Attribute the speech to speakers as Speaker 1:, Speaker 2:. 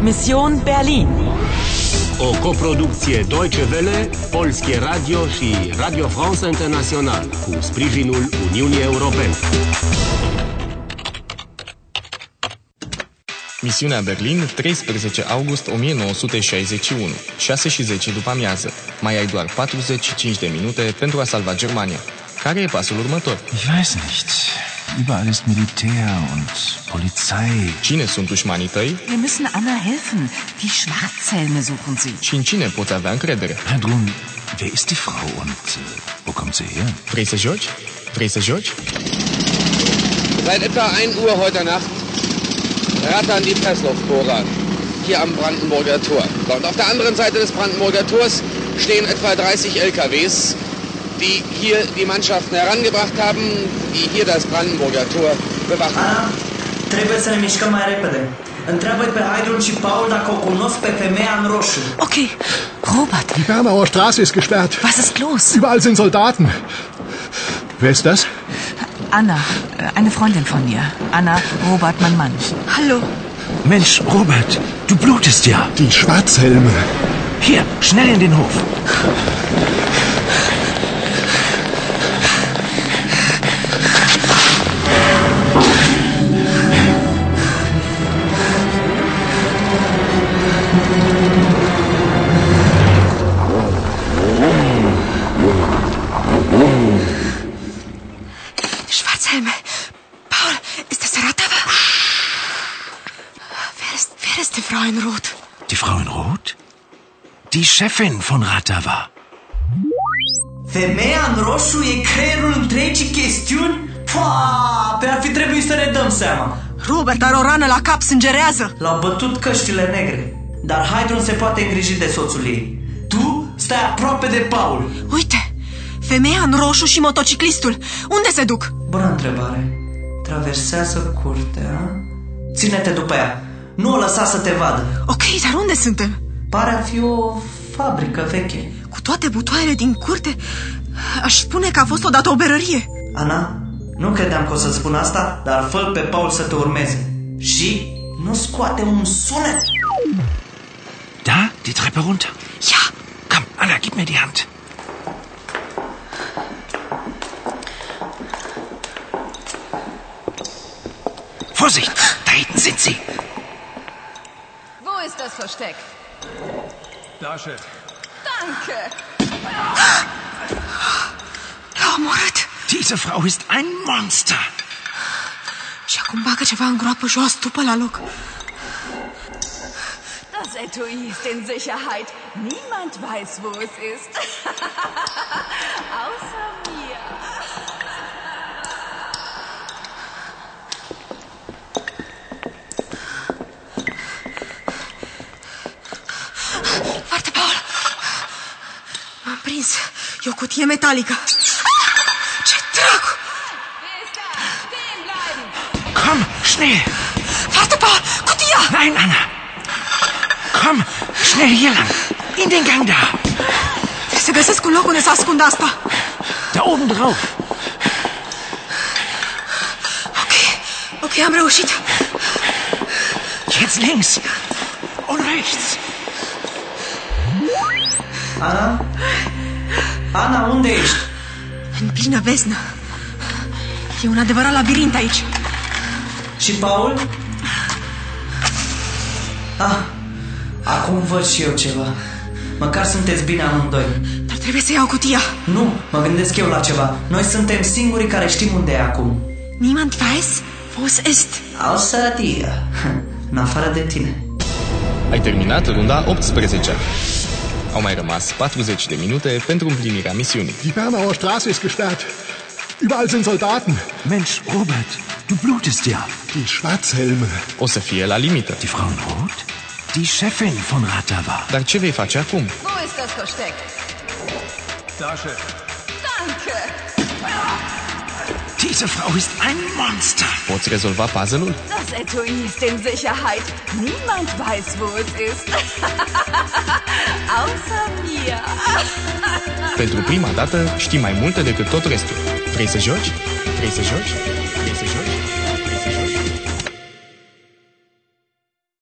Speaker 1: Mission Berlin.
Speaker 2: O coproducție Deutsche Welle, Polskie Radio și Radio France International cu sprijinul Uniunii Europene.
Speaker 3: Misiunea Berlin, 13 august 1961, 6 și 10 după amiază. Mai ai doar 45 de minute pentru a salva Germania. Care e pasul următor?
Speaker 4: Ich weiß nicht. Überall ist Militär und Polizei.
Speaker 3: Cine sunt dușmanii tăi
Speaker 1: Wir müssen Anna helfen. Die Schwarzhelme suchen sie.
Speaker 3: și în cine poți avea încredere?
Speaker 4: Na drum, wer ist die Frau und äh, wo kommt sie her?
Speaker 3: Vrei să joci? Vrei să joci?
Speaker 5: Seit etwa 1 Uhr heute Nacht rattern die Pressluftbohrer hier am Brandenburger Tor. So, Und auf der anderen Seite des Brandenburger Tors stehen etwa 30 LKWs, die hier die Mannschaften herangebracht haben, die hier das Brandenburger Tor bewachen.
Speaker 6: Ah, trebuie să ne mișcăm mai repede. Întreabă pe Haidrun și Paul dacă o cunosc pe femeia în roșu.
Speaker 1: Okay, Robert,
Speaker 7: Die Bernauer Straße ist gesperrt.
Speaker 1: was ist los?
Speaker 7: Überall sind Soldaten. Wer ist das?
Speaker 1: Anna, äh, eine Freundin von mir. Anna, Robert, mein Mann. Hallo.
Speaker 4: Mensch, Robert, du blutest ja.
Speaker 7: Die Schwarzhelme.
Speaker 4: Hier, schnell in den Hof.
Speaker 8: Schwarzhelme. Paul, ist das Ratava? Wer ist, wer ist die Frau in Rot?
Speaker 4: Die Frau in Rot? Die Chefin von Ratava.
Speaker 6: Femeia în roșu e creierul întregii chestiuni? Pua, pe ar fi trebuit să ne dăm seama.
Speaker 8: Robert are o rană la cap, sângerează.
Speaker 6: L-au bătut căștile negre. Dar Haidrun se poate îngriji de soțul ei. Tu stai aproape de Paul.
Speaker 8: Uite, femeia în roșu și motociclistul. Unde se duc?
Speaker 6: Bună întrebare. Traversează curtea. Ține-te după ea. Nu o lăsa să te vadă.
Speaker 8: Ok, dar unde suntem?
Speaker 6: Pare a fi o fabrică veche.
Speaker 8: Cu toate butoaiele din curte, aș spune că a fost odată o berărie.
Speaker 6: Ana, nu credeam că o să spun asta, dar fă pe Paul să te urmeze. Și nu scoate un sunet.
Speaker 4: Da, die Treppe runter.
Speaker 8: Ia,
Speaker 4: Komm, Anna, gib mir die Hand. Vorsicht, da hinten sind sie.
Speaker 9: Wo ist das Versteck? Da, Chef. Danke.
Speaker 8: l-a omorât.
Speaker 4: Ah. Oh, Diese Frau ist ein Monster.
Speaker 8: Și acum bagă ceva în groapă și o astupă la loc.
Speaker 9: Das Etui ist in Sicherheit. Niemand weiß, wo es ist. Außer mir.
Speaker 8: Foarte, Paul! M-am prins. E o cutie metalică. Ah! Ce dracu!
Speaker 9: Wer ist da? Stehen bleiben.
Speaker 4: Komm, schnell.
Speaker 8: Foarte, Paul! Cutia!
Speaker 4: Nein, Anna. Komm, schnell hier lang. In den Gang da.
Speaker 8: Trebuie să găsesc un loc unde să ascund asta.
Speaker 4: Da oben drauf.
Speaker 8: Ok, ok, am reușit.
Speaker 4: Jetzt links. Und rechts.
Speaker 6: Ana? Ana, unde ești?
Speaker 8: În plină beznă. E un adevărat labirint aici.
Speaker 6: Și Paul? Ah, acum văd și eu ceva. Măcar sunteți bine amândoi.
Speaker 8: Dar trebuie să iau cutia.
Speaker 6: Nu, mă gândesc eu la ceva. Noi suntem singurii care știm unde e acum.
Speaker 8: Niemand weiß, wo es ist.
Speaker 6: Ausăratia. În afară de tine.
Speaker 3: Ai terminat runda 18 Au mai rămas 40 de minute pentru împlinirea misiunii.
Speaker 7: Die Bernauer Straße ist gesperrt. Überall sind Soldaten.
Speaker 4: Mensch, Robert, du blutest ja.
Speaker 7: Die Schwarzhelme.
Speaker 3: O să fie la limită.
Speaker 4: Die Frau in Rot? Die Chefin von Ratava.
Speaker 3: Dar ce vei face acum?
Speaker 9: Wo ist das Versteck? Da, Chef. Danke.
Speaker 4: Diese Frau ist ein Monster.
Speaker 3: Poți rezolva puzzle-ul?
Speaker 9: Das Etui ist in Sicherheit. Niemand weiß, wo es ist. Außer mir.
Speaker 3: Pentru prima dată știi mai multe decât tot restul. Vrei să joci? Vrei să joci? Vrei să joci?